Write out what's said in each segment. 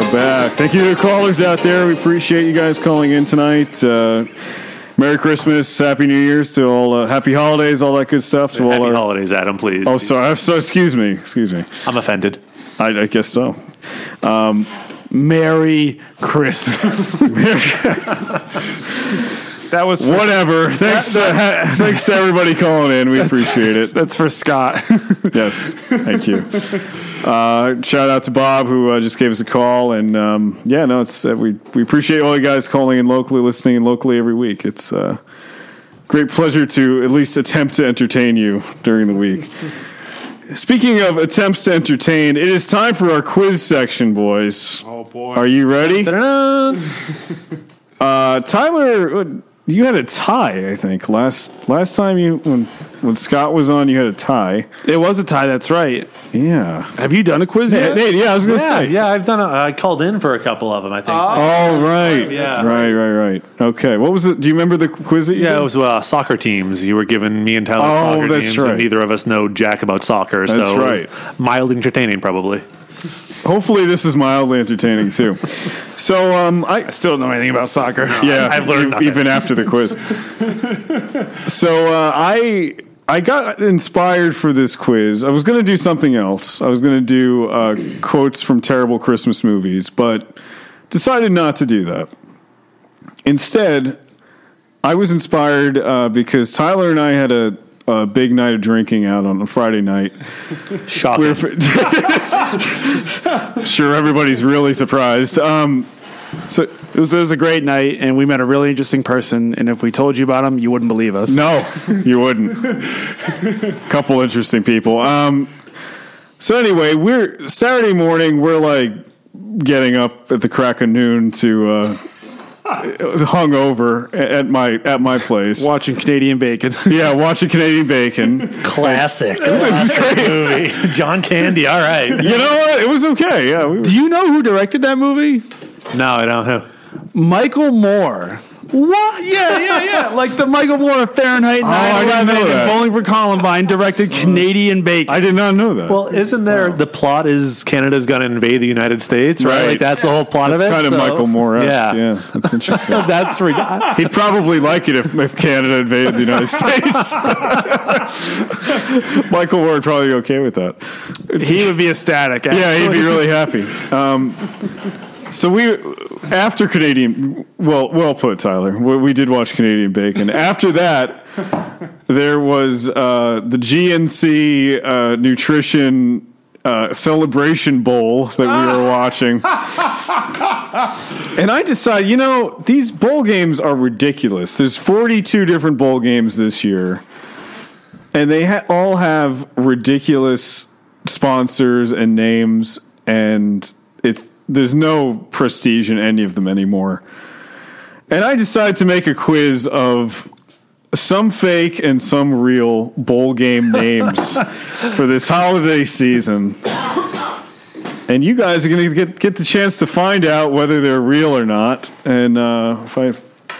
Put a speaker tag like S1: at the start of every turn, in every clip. S1: Thank you to the callers out there. We appreciate you guys calling in tonight. Uh, Merry Christmas, Happy New Year's to all, uh, Happy Holidays, all that good stuff to all
S2: Happy
S1: our.
S2: holidays, Adam, please.
S1: Oh, sorry. I'm so excuse me. Excuse me.
S2: I'm offended.
S1: I, I guess so.
S3: Merry Christmas. that was for,
S1: Whatever. Thanks. uh, ha- thanks to everybody calling in. We appreciate it.
S3: that's for Scott.
S1: Yes. Thank you. Uh, shout out to Bob who uh, just gave us a call, and um, yeah, no, it's uh, we we appreciate all you guys calling in locally, listening in locally every week. It's uh, great pleasure to at least attempt to entertain you during the week. Speaking of attempts to entertain, it is time for our quiz section, boys.
S4: Oh boy.
S1: Are you ready?
S3: Ta-da.
S1: Uh, Tyler, uh, you had a tie, I think. Last last time you when when Scott was on, you had a tie.
S3: it was a tie, that's right.
S1: Yeah.
S3: Have you done a quiz
S1: Hey,
S3: yet?
S1: Nate, yeah, I was gonna
S2: Yeah,
S1: say.
S2: yeah, I've done. A, I called in for a couple of them. I think.
S1: Oh right,
S2: Yeah.
S1: right, right, right. Okay, what was it? Do you remember the quiz that you
S2: yeah,
S1: did?
S2: it was uh, soccer teams. You were giving me and Tyler
S1: Oh,
S2: soccer
S1: that's
S2: teams,
S1: right.
S2: and neither of us know jack about soccer.
S1: That's
S2: so it was mild entertaining, probably.
S1: Hopefully, this is mildly entertaining too. so, um, I
S3: Still don't know anything about soccer.
S1: yeah,
S2: I've learned
S1: e-
S2: nothing.
S1: even after the quiz. so uh, I I got inspired for this quiz. I was going to do something else. I was going to do uh, quotes from terrible Christmas movies, but decided not to do that. Instead, I was inspired uh, because Tyler and I had a, a big night of drinking out on a Friday night.
S2: Shocking.
S1: sure, everybody's really surprised. Um, so
S3: It was, it was a great night, and we met a really interesting person. And if we told you about him, you wouldn't believe us.
S1: No, you wouldn't. Couple interesting people. Um, so anyway, we're Saturday morning. We're like getting up at the crack of noon to uh, hung over at my at my place.
S3: Watching Canadian Bacon.
S1: Yeah, watching Canadian Bacon.
S2: Classic. Classic movie. John Candy. All right.
S1: You know what? It was okay. Yeah, we were,
S3: Do you know who directed that movie?
S2: No, I don't know.
S3: Michael Moore. What? Yeah, yeah, yeah. like the Michael Moore of
S2: Oh,
S3: Fahrenheit
S1: I didn't
S3: 9
S1: know
S3: 11
S1: that.
S3: and Bowling for Columbine directed Canadian Bacon.
S1: I did not know that.
S2: Well, isn't there the plot is Canada's going to invade the United States, right?
S1: Right.
S2: Like that's the whole plot
S1: that's
S2: of it.
S1: kind of
S2: so-
S1: Michael Moore.
S2: Yeah.
S1: Yeah, yeah, that's interesting.
S2: That's ridiculous.
S1: He'd probably like it if, if Canada invaded the United States. Michael Ward probably be okay with that.
S3: he would be ecstatic.
S1: Yeah, he'd be
S3: actually.
S1: really happy. Um, so we, after Canadian, well, well put, Tyler. We, we did watch Canadian Bacon. After that, there was uh, the GNC uh, Nutrition uh, Celebration Bowl that we were watching. And I decided, you know, these bowl games are ridiculous. There's 42 different bowl games this year, and they ha- all have ridiculous sponsors and names, and it's there's no prestige in any of them anymore. And I decided to make a quiz of some fake and some real bowl game names for this holiday season. And you guys are going to get get the chance to find out whether they're real or not. And uh, if I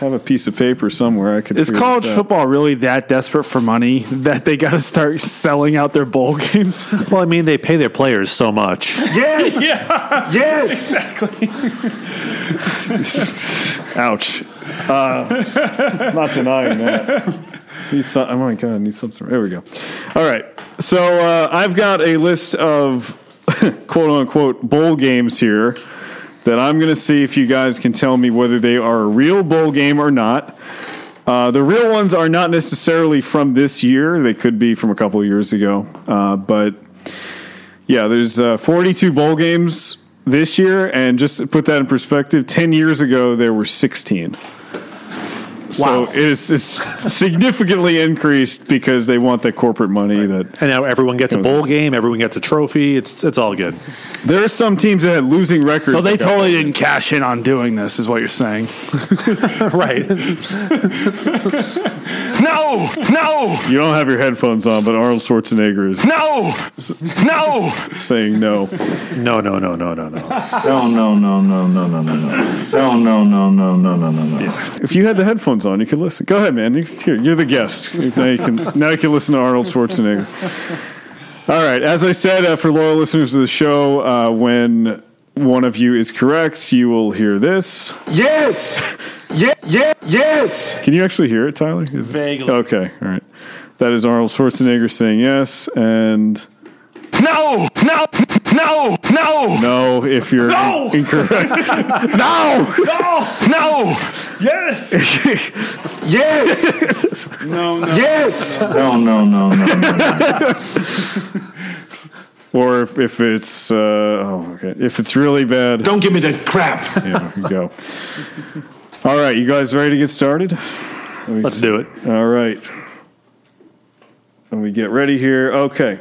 S1: have a piece of paper somewhere, I could.
S3: Is
S1: figure
S3: college
S1: this out.
S3: football really that desperate for money that they got to start selling out their bowl games?
S2: Well, I mean, they pay their players so much.
S1: Ouch. Uh, not denying that. Need some, oh my god, I need something. There we go. All right. So uh, I've got a list of quote unquote bowl games here that I'm going to see if you guys can tell me whether they are a real bowl game or not. Uh, the real ones are not necessarily from this year. They could be from a couple of years ago. Uh, but yeah, there's uh, 42 bowl games this year, and just to put that in perspective, 10 years ago there were 16. So it is, it's significantly increased because they want that corporate money. That
S2: And now everyone gets a bowl game. Everyone gets a trophy. It's it's all good.
S1: there are some teams that had losing records.
S3: So they
S1: that got-
S3: totally didn't cash in on doing this, is what you're saying.
S2: right.
S4: No! No!
S1: you don't have your headphones on, but Arnold Schwarzenegger is
S4: No! No!
S1: saying no.
S2: No, no, no, no, no, no.
S5: No, no, no, no, no, no, no, no. No, no, no, no, no, no, no, no.
S1: If you had the headphones on, you could listen. Go ahead, man. You, here, you're the guest. Now you can now you can listen to Arnold Schwarzenegger. All right. As I said, uh, for loyal listeners of the show, uh, when one of you is correct, you will hear this.
S4: Yes! Yeah, yeah, yes!
S1: Can you actually hear it, Tyler? Is it-
S6: Vaguely.
S1: Okay, all right. That is Arnold Schwarzenegger saying yes and
S4: No! No! No! No!
S1: no if you're in- incorrect. no!
S4: No! Yes! yes!
S6: No, no.
S4: Yes!
S5: No, no, no, no, no.
S1: Or if, if it's uh, oh okay, if it's really bad,
S4: Don't give me the crap.
S1: yeah, you go. All right, you guys ready to get started?
S2: Let's do it.
S1: All right. And we get ready here. Okay.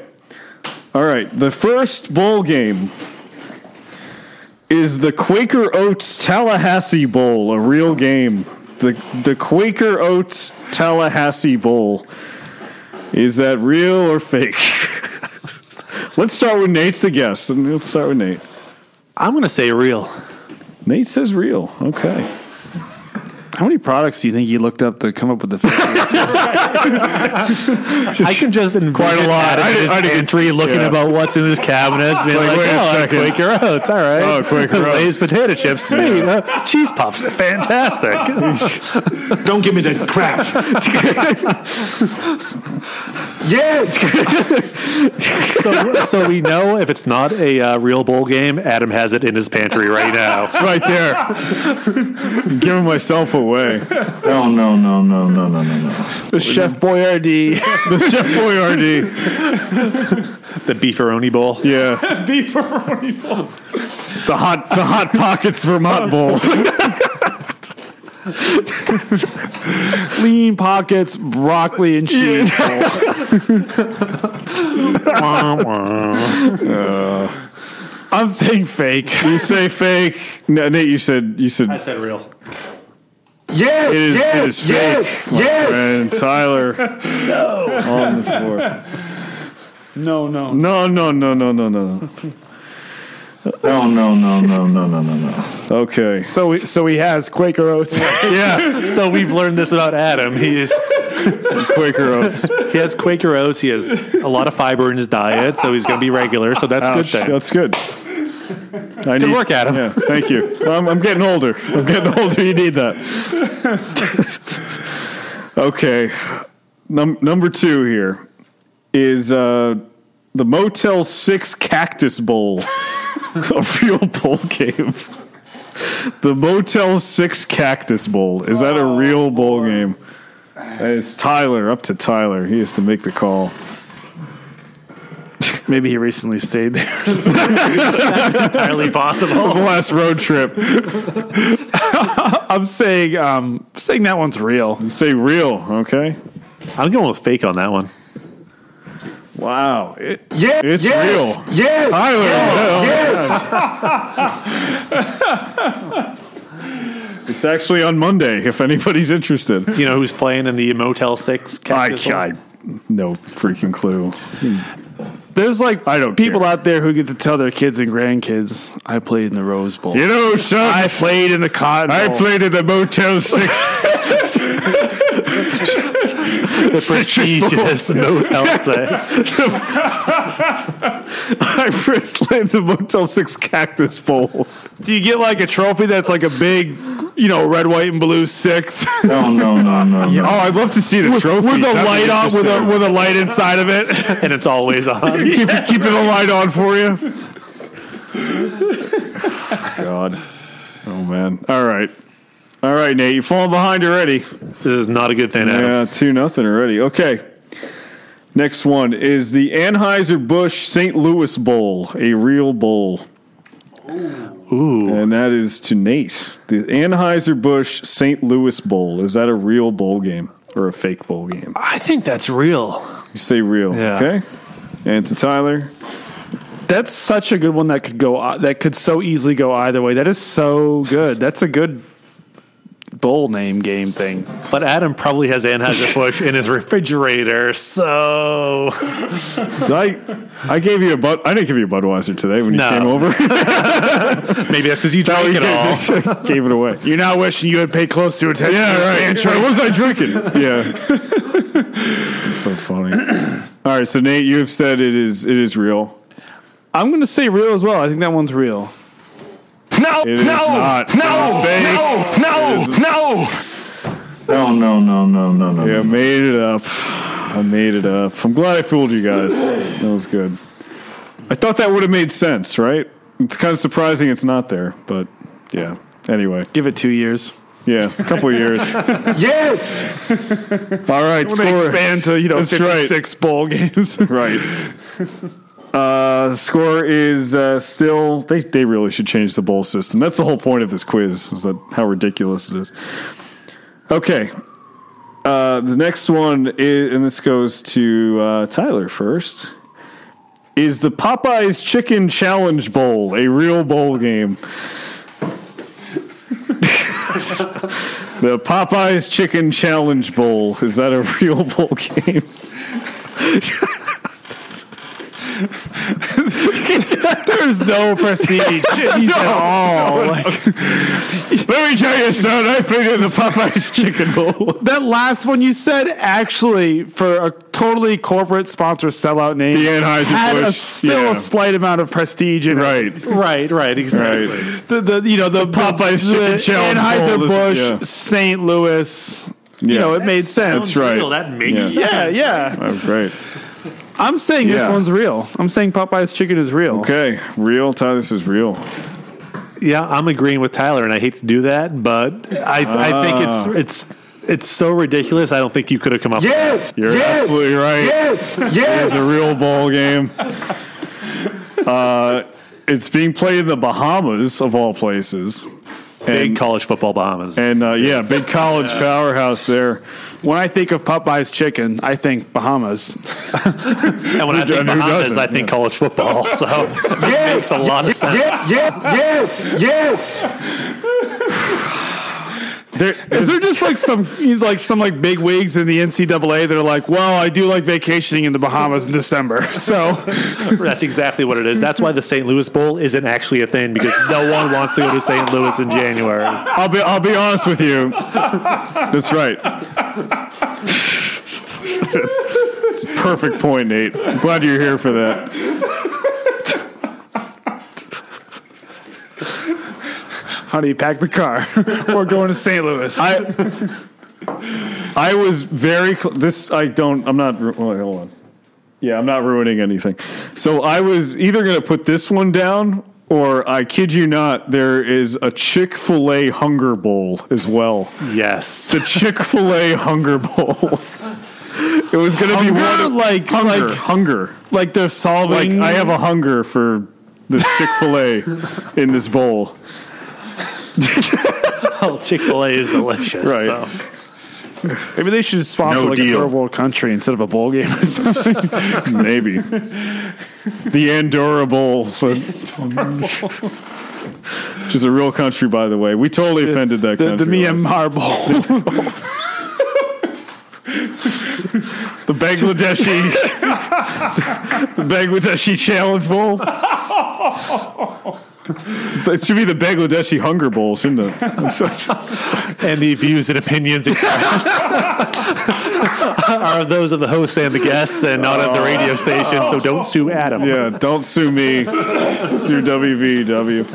S1: All right. The first bowl game is the Quaker Oats Tallahassee Bowl, a real game. The the Quaker Oats Tallahassee Bowl. Is that real or fake? Let's start with Nate's the guest, and we'll start with Nate.
S2: I'm gonna say real.
S1: Nate says real. Okay.
S3: How many products do you think you looked up to come up with the?
S2: I can just envision quite
S1: a lot. I
S2: I
S1: didn't-
S2: his
S1: I didn't-
S2: pantry looking
S1: yeah.
S2: about what's in his cabinet. It's being like,
S1: wait a
S2: oh,
S1: second.
S2: Quaker Oats, all right.
S1: Oh, Quaker
S2: Lay's potato chips, sweet. Uh, cheese puffs, fantastic.
S4: Don't give me the crap. yes!
S2: so, so we know if it's not a uh, real bowl game, Adam has it in his pantry right now.
S1: Right there. I'm giving myself away.
S5: No, no, no, no, no, no, no, no.
S3: the Chef Boyardee.
S1: The Chef Boyardee.
S2: the beefaroni bowl.
S1: Yeah.
S6: Beefaroni bowl.
S1: The hot the hot pockets Vermont bowl.
S3: Lean pockets, broccoli and cheese. I'm saying fake.
S1: you say fake. No, Nate, you said you said it
S2: said real.
S4: Yes!
S1: is, it
S4: yes!
S1: is fake.
S4: yes! Yes!
S1: And Tyler on the floor.
S6: No, no.
S1: No, no, no, no, no, no.
S5: No, no, no, no, no, no, no, no.
S1: Okay.
S3: So he- so he has Quaker oats.
S2: Yeah. So we've learned this about Adam. He
S1: Quaker oats.
S2: he has Quaker Oats. He has a lot of fiber in his diet, so he's going to be regular. So that's a good
S1: Ouch.
S2: thing.
S1: That's good. I need,
S2: Oh, work, Adam.
S1: Yeah, thank you. Well, I'm, I'm getting older. I'm getting older. You need that. okay. Num- number two here is uh, the Motel 6 Cactus Bowl, a real bowl game. The Motel 6 Cactus Bowl. Is that a real bowl game? It's Tyler, up to Tyler. He has to make the call.
S3: Maybe he recently stayed there.
S2: Entirely possible.
S1: That was the last road trip.
S3: I'm saying um saying that one's real.
S1: Say real, okay?
S2: I'm going with fake on that one.
S1: Wow. It,
S4: Yes!
S1: It's
S4: yes,
S1: real.
S4: Yes!
S1: Tyler,
S4: yes!
S1: it's actually on Monday if anybody's interested.
S2: Do you know who's playing in the Motel Six?
S1: I,
S2: Cactus Bowl?
S1: I no freaking clue.
S3: There's like I
S1: don't
S3: people
S1: care.
S3: out there who get to tell their kids and grandkids, I played in the Rose Bowl.
S1: You know, son, I played in the
S3: Cotton
S1: I
S3: Bowl."
S1: played in the Motel Six.
S2: the prestigious Motel Six.
S1: I played in the Motel Six Cactus Bowl.
S3: Do you get like a trophy that's like a big, you know, red, white, and blue six?
S5: No, no, no, no, no.
S1: Oh, I'd love to see the trophy
S3: with a light on with a with a light inside of it.
S2: and it's always on.
S1: keep, keeping the light on for you. God, oh man! All right, all right, Nate, you're falling behind already.
S2: This is not a good thing. Adam.
S1: Yeah, two nothing already. Okay. Next one is the Anheuser Busch St. Louis Bowl, a real bowl,
S2: Ooh,
S1: and that is to Nate. The Anheuser Busch St. Louis Bowl is that a real bowl game or a fake bowl game?
S2: I think that's real.
S1: You say real,
S2: Yeah.
S1: okay? And to Tyler,
S3: That's such a good one that could go that could so easily go either way. That is so good. That's a good bowl name game thing.
S2: But Adam probably has Anheuser Busch in his refrigerator, so
S1: So I I gave you a bud. I didn't give you a Budweiser today when you
S2: No.
S1: came over.
S2: maybe that's because you drank it all.
S1: gave it away.
S3: You're not wishing you had paid close to attention.
S1: Yeah, right. What was I drinking? Yeah. That's so funny. All right, so Nate, you have said it is it is real.
S3: I'm gonna say real as well. I think that one's real.
S4: No,
S1: It is
S4: no, no,
S1: not. It is fake.
S4: no, no, no.
S5: No, no, no, no, no, no.
S1: Yeah, I made it up. I made it up. I'm glad I fooled you guys. That was good. I thought that would have made sense, right? It's kind of surprising it's not there, but yeah. Anyway,
S3: Give it two years.
S1: yeah, a couple of years. All
S4: Yes.
S1: right, score.
S3: expand to you know
S1: That's right.
S3: 56 bowl games.
S1: Right. Uh, score is uh, still. They they really should change the bowl system. That's the whole point of this quiz. Is that how ridiculous it is? Okay. Uh, the next one is, and this goes to uh, Tyler first. Is the Popeyes Chicken Challenge Bowl a real bowl game? the Popeyes Chicken Challenge Bowl is that a real bowl game?
S3: There's no prestige at all.
S1: Let me tell you, son, I played in the Popeyes Chicken Bowl.
S3: that last one you said actually for a totally corporate sponsor sellout name
S1: The Anheuser-Busch,
S3: had a, still
S1: yeah.
S3: a slight amount of prestige in
S1: Right.
S3: it. Right, right, exactly.
S1: Right.
S3: The, the you know the,
S1: Popeye's Chicken Challenge Bowl
S3: Anheuser Busch,
S1: is- yeah.
S3: St. Louis. You know, it made sense.
S1: That's right.
S2: Real. That makes
S1: Yeah.
S2: sense.
S3: Yeah, yeah.
S1: Oh, great.
S3: I'm saying this
S1: Yeah.
S3: one's real. I'm saying Popeye's chicken is real.
S1: Okay, real, Ty, this is real.
S2: Yeah, I'm agreeing with Tyler, and I hate to do that, but I, I think it's it's it's so ridiculous. I don't think you could have come up.
S4: Yes.
S1: You're
S4: yes.
S1: absolutely right.
S4: Yes.
S1: It's
S4: Yes.
S1: a real ball game. Uh, it's being played in the Bahamas, of all places.
S2: with
S1: And,
S2: big college football Bahamas.
S1: and uh, yeah, big college powerhouse there.
S3: When I think of Popeye's chicken, I think Bahamas.
S2: And when I think
S1: and who
S2: Bahamas,
S1: doesn't?
S2: I think college football. So that makes a lot of sense.
S4: Yes. Yes. Yes. Yes.
S3: Is there just like some like some like big wigs in the NCAA that are like, well, I do like vacationing in the Bahamas in December, so
S2: That's exactly what it is. That's why the St. Louis Bowl isn't actually a thing because no one wants to go to St. Louis in January.
S1: I'll be I'll be honest with you. That's right. It's a perfect point, Nate. I'm glad you're here for that.
S3: honey, pack the car. We're going to St. Louis.
S1: I I was very cl- this. I don't. I'm not. ru- Well, hold on. Yeah, I'm not ruining anything. So I was either going to put this one down, or I kid you not, there is a Chick Fil A Hunger Bowl as well.
S2: Yes.
S1: The Chick Fil A Hunger Bowl. it was going to be one of-
S3: like
S1: hunger,
S3: like
S1: hunger.
S3: like they're
S1: Like
S3: solving.
S1: I have a hunger for this Chick Fil A in this bowl.
S2: Chick fil A is delicious.
S1: Right.
S2: So.
S3: maybe they should sponsor
S5: No
S3: like
S5: deal.
S3: a third world country instead of a bowl game or something.
S1: Maybe. the Andorra Bowl. Which is a real country, by the way. We totally offended that
S3: the, the
S1: country.
S3: Myanmar Bowl.
S1: The Bangladeshi. the Bangladeshi Challenge Bowl. It should be the Bangladeshi Hunger Bowl, shouldn't it?
S2: And the views and opinions expressed are those of the hosts and the guests and not of the radio station. So don't sue Adam.
S1: yeah, don't sue me. sue WVW.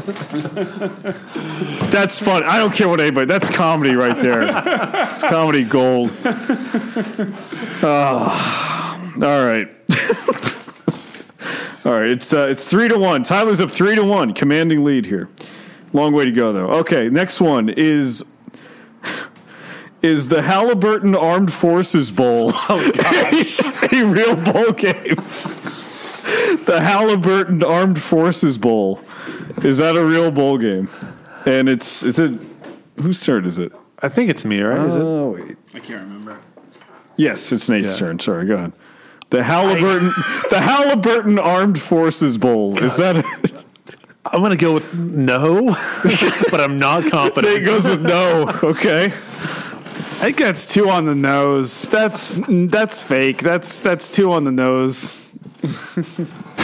S1: That's fun. I don't care what anybody. That's comedy right there. It's comedy gold. Ah, all right. all right. It's uh, it's three to one. Tyler's up three to one, commanding lead here. Long way to go though. Okay, next one is. Is the Halliburton Armed Forces Bowl Oh, a real bowl game? the Halliburton Armed Forces Bowl. Is that a real bowl game? And it's is it whose turn is it?
S2: I think it's me, right? Is it?
S1: Oh wait.
S6: I can't remember.
S1: Yes, it's Nate's turn. Sorry, go ahead. The Halliburton the Halliburton Armed Forces Bowl. Is that
S2: I'm going to go with no, but I'm not confident.
S1: Nate goes with no. Okay.
S3: I think that's two on the nose. That's that's fake. That's that's two on the nose.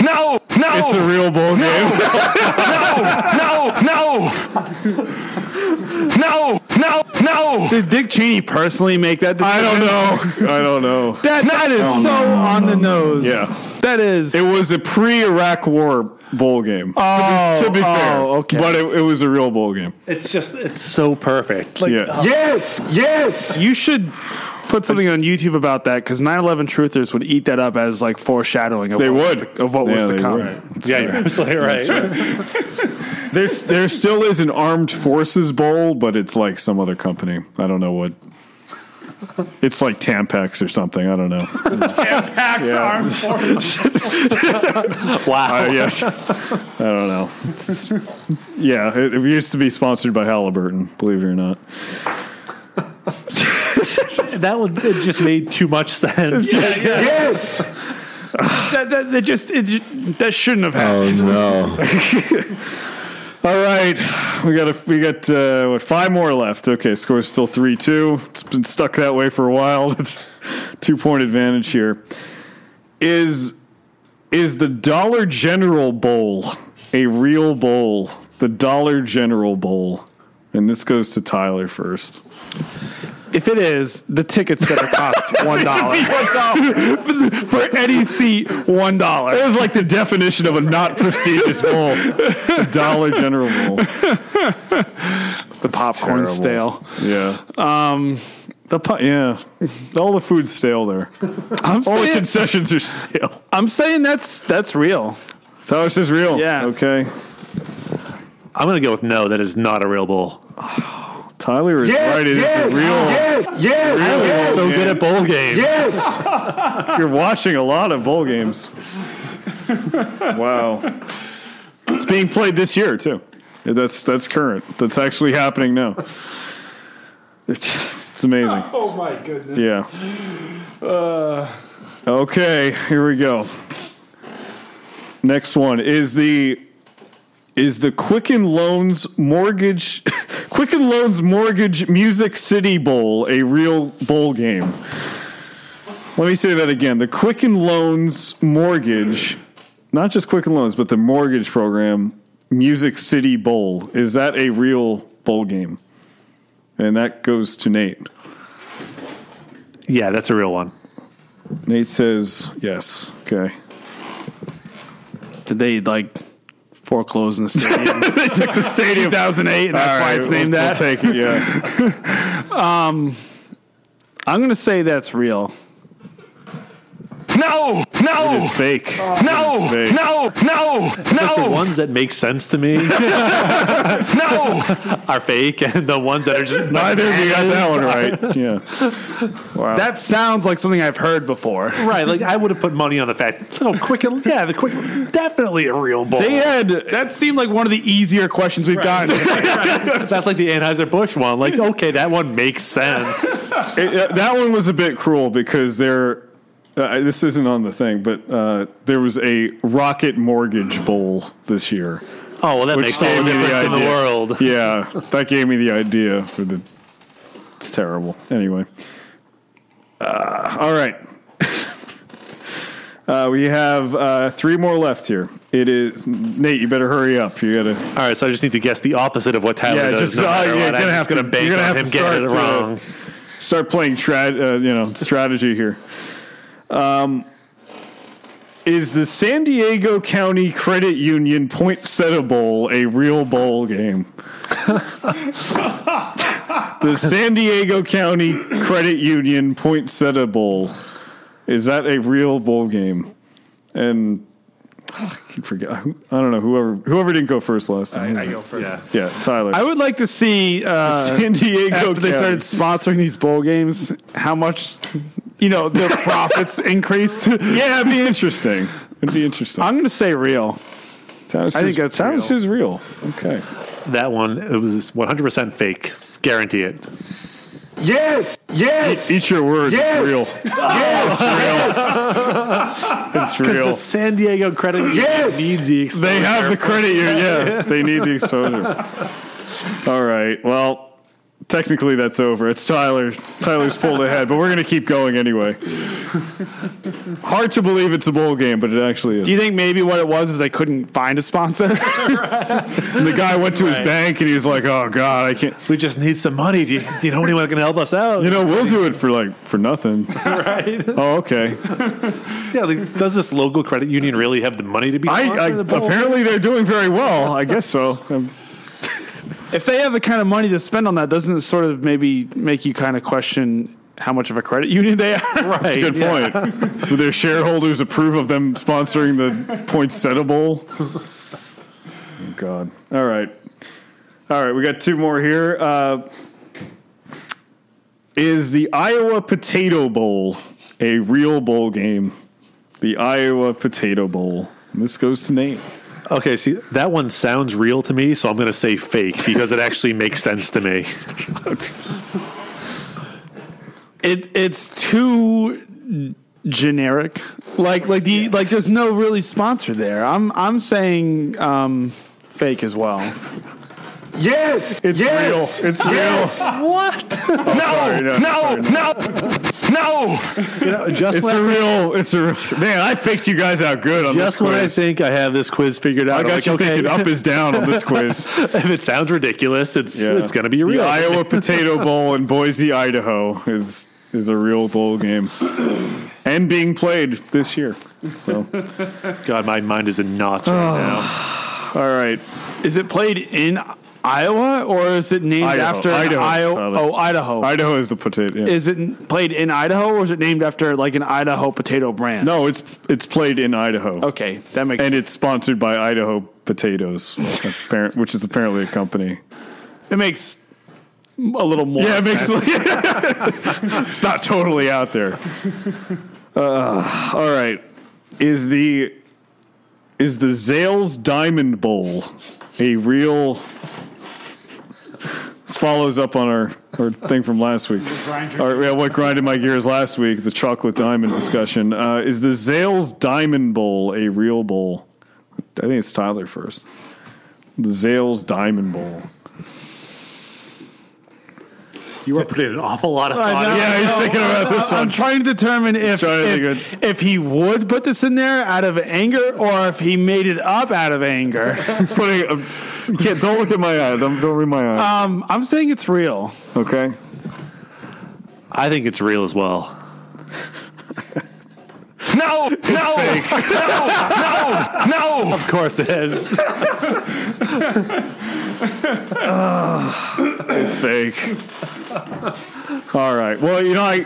S4: No. No.
S1: It's a real bowl game.
S4: no. No. No. No. No. No. No!
S3: Did Dick Cheney personally make that decision?
S1: I don't know. I don't know.
S3: That, that is so
S5: no, no,
S3: on the nose.
S1: Yeah.
S3: That is.
S1: It was a pre-Iraq War bowl game.
S3: oh,
S1: to be
S3: oh,
S1: fair,
S3: okay.
S1: but it, it was a real bowl game.
S2: It's just it's so perfect. Like
S1: Yeah.
S2: oh,
S4: Yes! Yes!
S3: you should put something on YouTube about that because 9 11 truthers would eat that up as like foreshadowing of
S1: They
S3: what, Was,
S1: would.
S3: to, of what
S1: Yeah,
S3: was to
S1: they
S3: come.
S1: would.
S2: yeah, you're absolutely right.
S1: There's there still is an armed forces bowl, but it's like some other company. I don't know what. It's like Tampax or something. I don't know.
S6: Pax armed forces.
S1: I, yes. I don't know. It's- yeah, it, it used to be sponsored by Halliburton. Believe it or not.
S2: that one it just made too much sense.
S4: Yes!
S3: That, that, that just it, ju- that shouldn't have happened.
S5: no.
S1: All right, we got a, we got uh, what five more left. Okay, score's still three two. It's been stuck that way for a while. It's two point advantage here. Is is the Dollar General Bowl a real bowl? The Dollar General Bowl, and this goes to Tyler first.
S3: If it is, the tickets better cost one dollar. for any seat, one dollar.
S1: It was like the definition of a not prestigious bowl. The Dollar General Bowl.
S3: The popcorn
S1: terrible.
S3: stale.
S1: Yeah. Um. The pu- yeah. All the food's stale there.
S3: I'm
S1: All the
S3: saying,
S1: concessions are stale.
S3: I'm saying that's that's real.
S1: So it's just real.
S3: Yeah.
S1: Okay.
S2: I'm gonna go with no. That is not a real bowl.
S1: Tyler is right. It is
S4: Yes!
S1: a real.
S4: Yes! Yes!
S2: So good at bowl games.
S4: Yes!
S1: You're watching a lot of bowl games. wow. It's being played this year too. That's that's current. That's actually happening now. It's just it's amazing.
S6: Oh my goodness.
S1: Yeah. okay, here we go. Next one is the is the Quicken Loans Mortgage Quicken Loans Mortgage Music City Bowl a real bowl game? Let me say that again. The Quicken Loans Mortgage, not just Quicken Loans, but the mortgage program Music City Bowl is that a real bowl game? And that goes to Nate.
S2: Yeah, that's a real one.
S1: Nate says yes. Okay.
S3: Did they like foreclose in the stadium?
S1: they took the stadium.
S3: 2008, and that's why it's named that.
S1: take it, yeah.
S3: I'm gonna say that's real.
S4: No! No!
S1: It's fake.
S4: No!
S1: fake.
S4: Oh, No! No!
S2: The
S4: No!
S2: ones that make sense to me
S4: No!
S2: are fake, and the ones that are just
S1: Neither of you got that
S3: Oh,
S1: one right. Yeah. Wow.
S3: That sounds like something I've heard before.
S2: right. Like I would have put money on the fact. Little quick, yeah, the quick, definitely a real bowl.
S3: They had that seemed like one of the easier questions we've gotten.
S2: That's like the Anheuser Busch one. Like, okay, that one makes sense.
S1: It- uh, that one was a bit cruel because there. Uh, this isn't on the thing, but uh, there was a Rocket Mortgage Bowl this year.
S2: Oh well, that makes all
S1: gave
S2: the
S1: me the
S2: difference in the
S1: idea.
S2: world.
S1: Yeah, that gave me the idea for the. It's terrible. Anyway, uh, all right. Uh, we have uh, three more left here. It is Nate. You better hurry up. You gotta.
S2: All right, so I just need to guess the opposite of what Tyler
S1: Yeah,
S2: does.
S1: just-
S2: no
S1: uh,
S2: matter
S1: you're
S2: what. I'm
S1: gonna
S2: just
S1: have
S2: gonna
S1: to-
S2: bank
S1: you're gonna
S2: on
S1: have
S2: him
S1: to
S2: getting it
S1: start, uh,
S2: wrong.
S1: start playing tra- uh, you know strategy here. Um, is the San Diego County Credit Union Poinsettia Bowl a real bowl game? the San Diego County Credit Union Poinsettia Bowl is that a real bowl game? And ah, I keep forget. I don't know whoever whoever didn't go first last time. I, go first. Yeah, Tyler.
S3: I would like to see uh,
S1: San Diego.
S3: after they
S1: County.
S3: started sponsoring these bowl games, how much you know their profits increased.
S1: Yeah, it'd be interesting. It'd be interesting.
S3: I'm gonna say real.
S1: Tavis
S3: I think
S1: is-
S3: that's
S1: Tavis
S3: real.
S1: is real. Okay.
S2: That one, it was 100 percent fake. Guarantee it.
S4: Yes! Yes!
S1: Eat your words.
S4: Yes!
S1: It's real. It's real.
S2: The San Diego Credit Union
S4: Yes!
S2: needs the exposure.
S1: They have the credit union. Yeah, they need the exposure. All right. Well, technically that's over. It's Tyler. Tyler's pulled ahead, but we're going to keep going anyway. Hard to believe it's a bowl game, but it actually is.
S3: Do you think maybe what it was is they couldn't find a sponsor?
S1: And the guy went to his bank and he was like, "Oh God, I can't."
S2: We just need some money. Do you, do you know anyone that can help us out?
S1: You know, we'll do it for like for nothing.
S2: right?
S1: Oh, okay.
S2: Yeah. Like, does this local credit union really have the money to be?
S1: I, I
S2: sponsoring the bowl?
S1: apparently they're doing very well. I guess so. Um,
S3: if they have the kind of money to spend on that, doesn't it sort of maybe make you kind of question how much of a credit union they are?
S1: That's a good point. Do their shareholders approve of them sponsoring the Poinsettia Bowl? Oh, God. All right. All right, we got two more here. Uh, is the Iowa Potato Bowl a real bowl game? The Iowa Potato Bowl. And this goes to Nate.
S2: Okay, see that one sounds real to me, so I'm going to say fake because it actually makes sense to me.
S3: It it's too generic. Like like the like there's no really sponsor there. I'm I'm saying um, fake as well.
S4: Yes.
S1: It's
S4: yes.
S1: real. It's real.
S4: No.
S1: no,
S4: No. No. No.
S2: You know, just
S1: It's
S2: when,
S1: a real. It's a real. Man, I faked you guys out good on
S2: just
S1: this
S2: when I
S1: quiz.
S2: think I have this quiz figured out,
S1: I
S2: I'm
S1: got
S2: like,
S1: you
S2: okay,
S1: thinking up is down on this quiz.
S2: if it sounds ridiculous, it's
S1: Yeah.
S2: it's going to be real.
S1: The Iowa Potato Bowl in Boise, Idaho is is a real bowl game. And being played this year. So
S2: God, my mind is in knots right now.
S1: all right.
S3: Is it played in Iowa or is it named
S1: Idaho.
S3: after
S1: Idaho,
S3: Iowa?
S1: probably.
S3: Oh, Idaho.
S1: Idaho is the potato. yeah.
S3: is it played in Idaho or is it named after like an Idaho potato brand?
S1: no, it's it's played in Idaho.
S3: Okay, that makes
S1: And
S3: sense.
S1: it's sponsored by Idaho Potatoes, apparent, which is apparently a company.
S3: It, makes a little more.
S1: Yeah, it makes
S3: sense.
S1: it's not totally out there. Uh, all right, is the is the Zales Diamond Bowl a real? This follows up on our, our thing from last week.
S6: grinder.
S1: Our, yeah, what grinded my gears last week? The chocolate diamond discussion. Uh, is the Zales Diamond Bowl a real bowl? I think it's Tyler first. The Zales Diamond Bowl.
S2: You are putting an awful lot of thought.
S3: know.
S2: into
S1: Yeah, he's thinking about this
S3: I'm
S1: one.
S3: trying to determine if
S1: Trying to think
S3: if, if he would put this in there out of anger or if he made it up out of anger.
S1: putting. um, you can't. Don't look at my eye. Don't, don't read my eye.
S3: um, I'm saying it's real.
S1: Okay.
S2: I think it's real as well.
S4: No. No. No. No. No.
S2: Of course it is.
S1: It's fake. All right. Well, you know, I.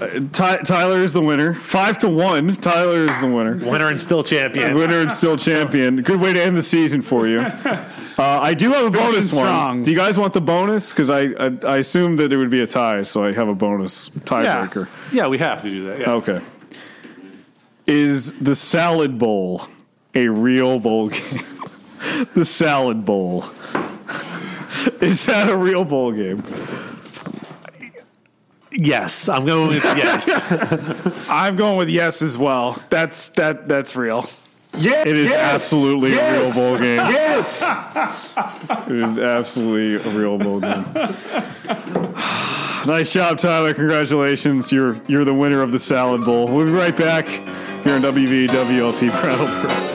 S1: uh, Ty, Tyler is the winner. Five to one. Tyler is the winner.
S2: Winner and still champion.
S1: Winner and still champion. Good way to end the season for you. Uh, I do have a bonus one.
S3: strong.
S1: Do you guys want the bonus? Because I, I I assumed that it would be a tie, so I have a bonus tiebreaker.
S2: Yeah, we have to do that. Yeah.
S1: Okay. Is the salad bowl a real bowl game? the salad bowl. Is that a real bowl game?
S2: Yes, I'm going with yes.
S3: I'm going with yes as well. That's that that's real.
S4: Yes.
S1: It is
S4: yes,
S1: absolutely a real
S4: yes,
S1: bowl game.
S4: Yes.
S1: It is absolutely a real bowl game. nice job, Tyler. Congratulations. You're you're the winner of the salad bowl. We'll be right back here on WVWLP Brattleboro.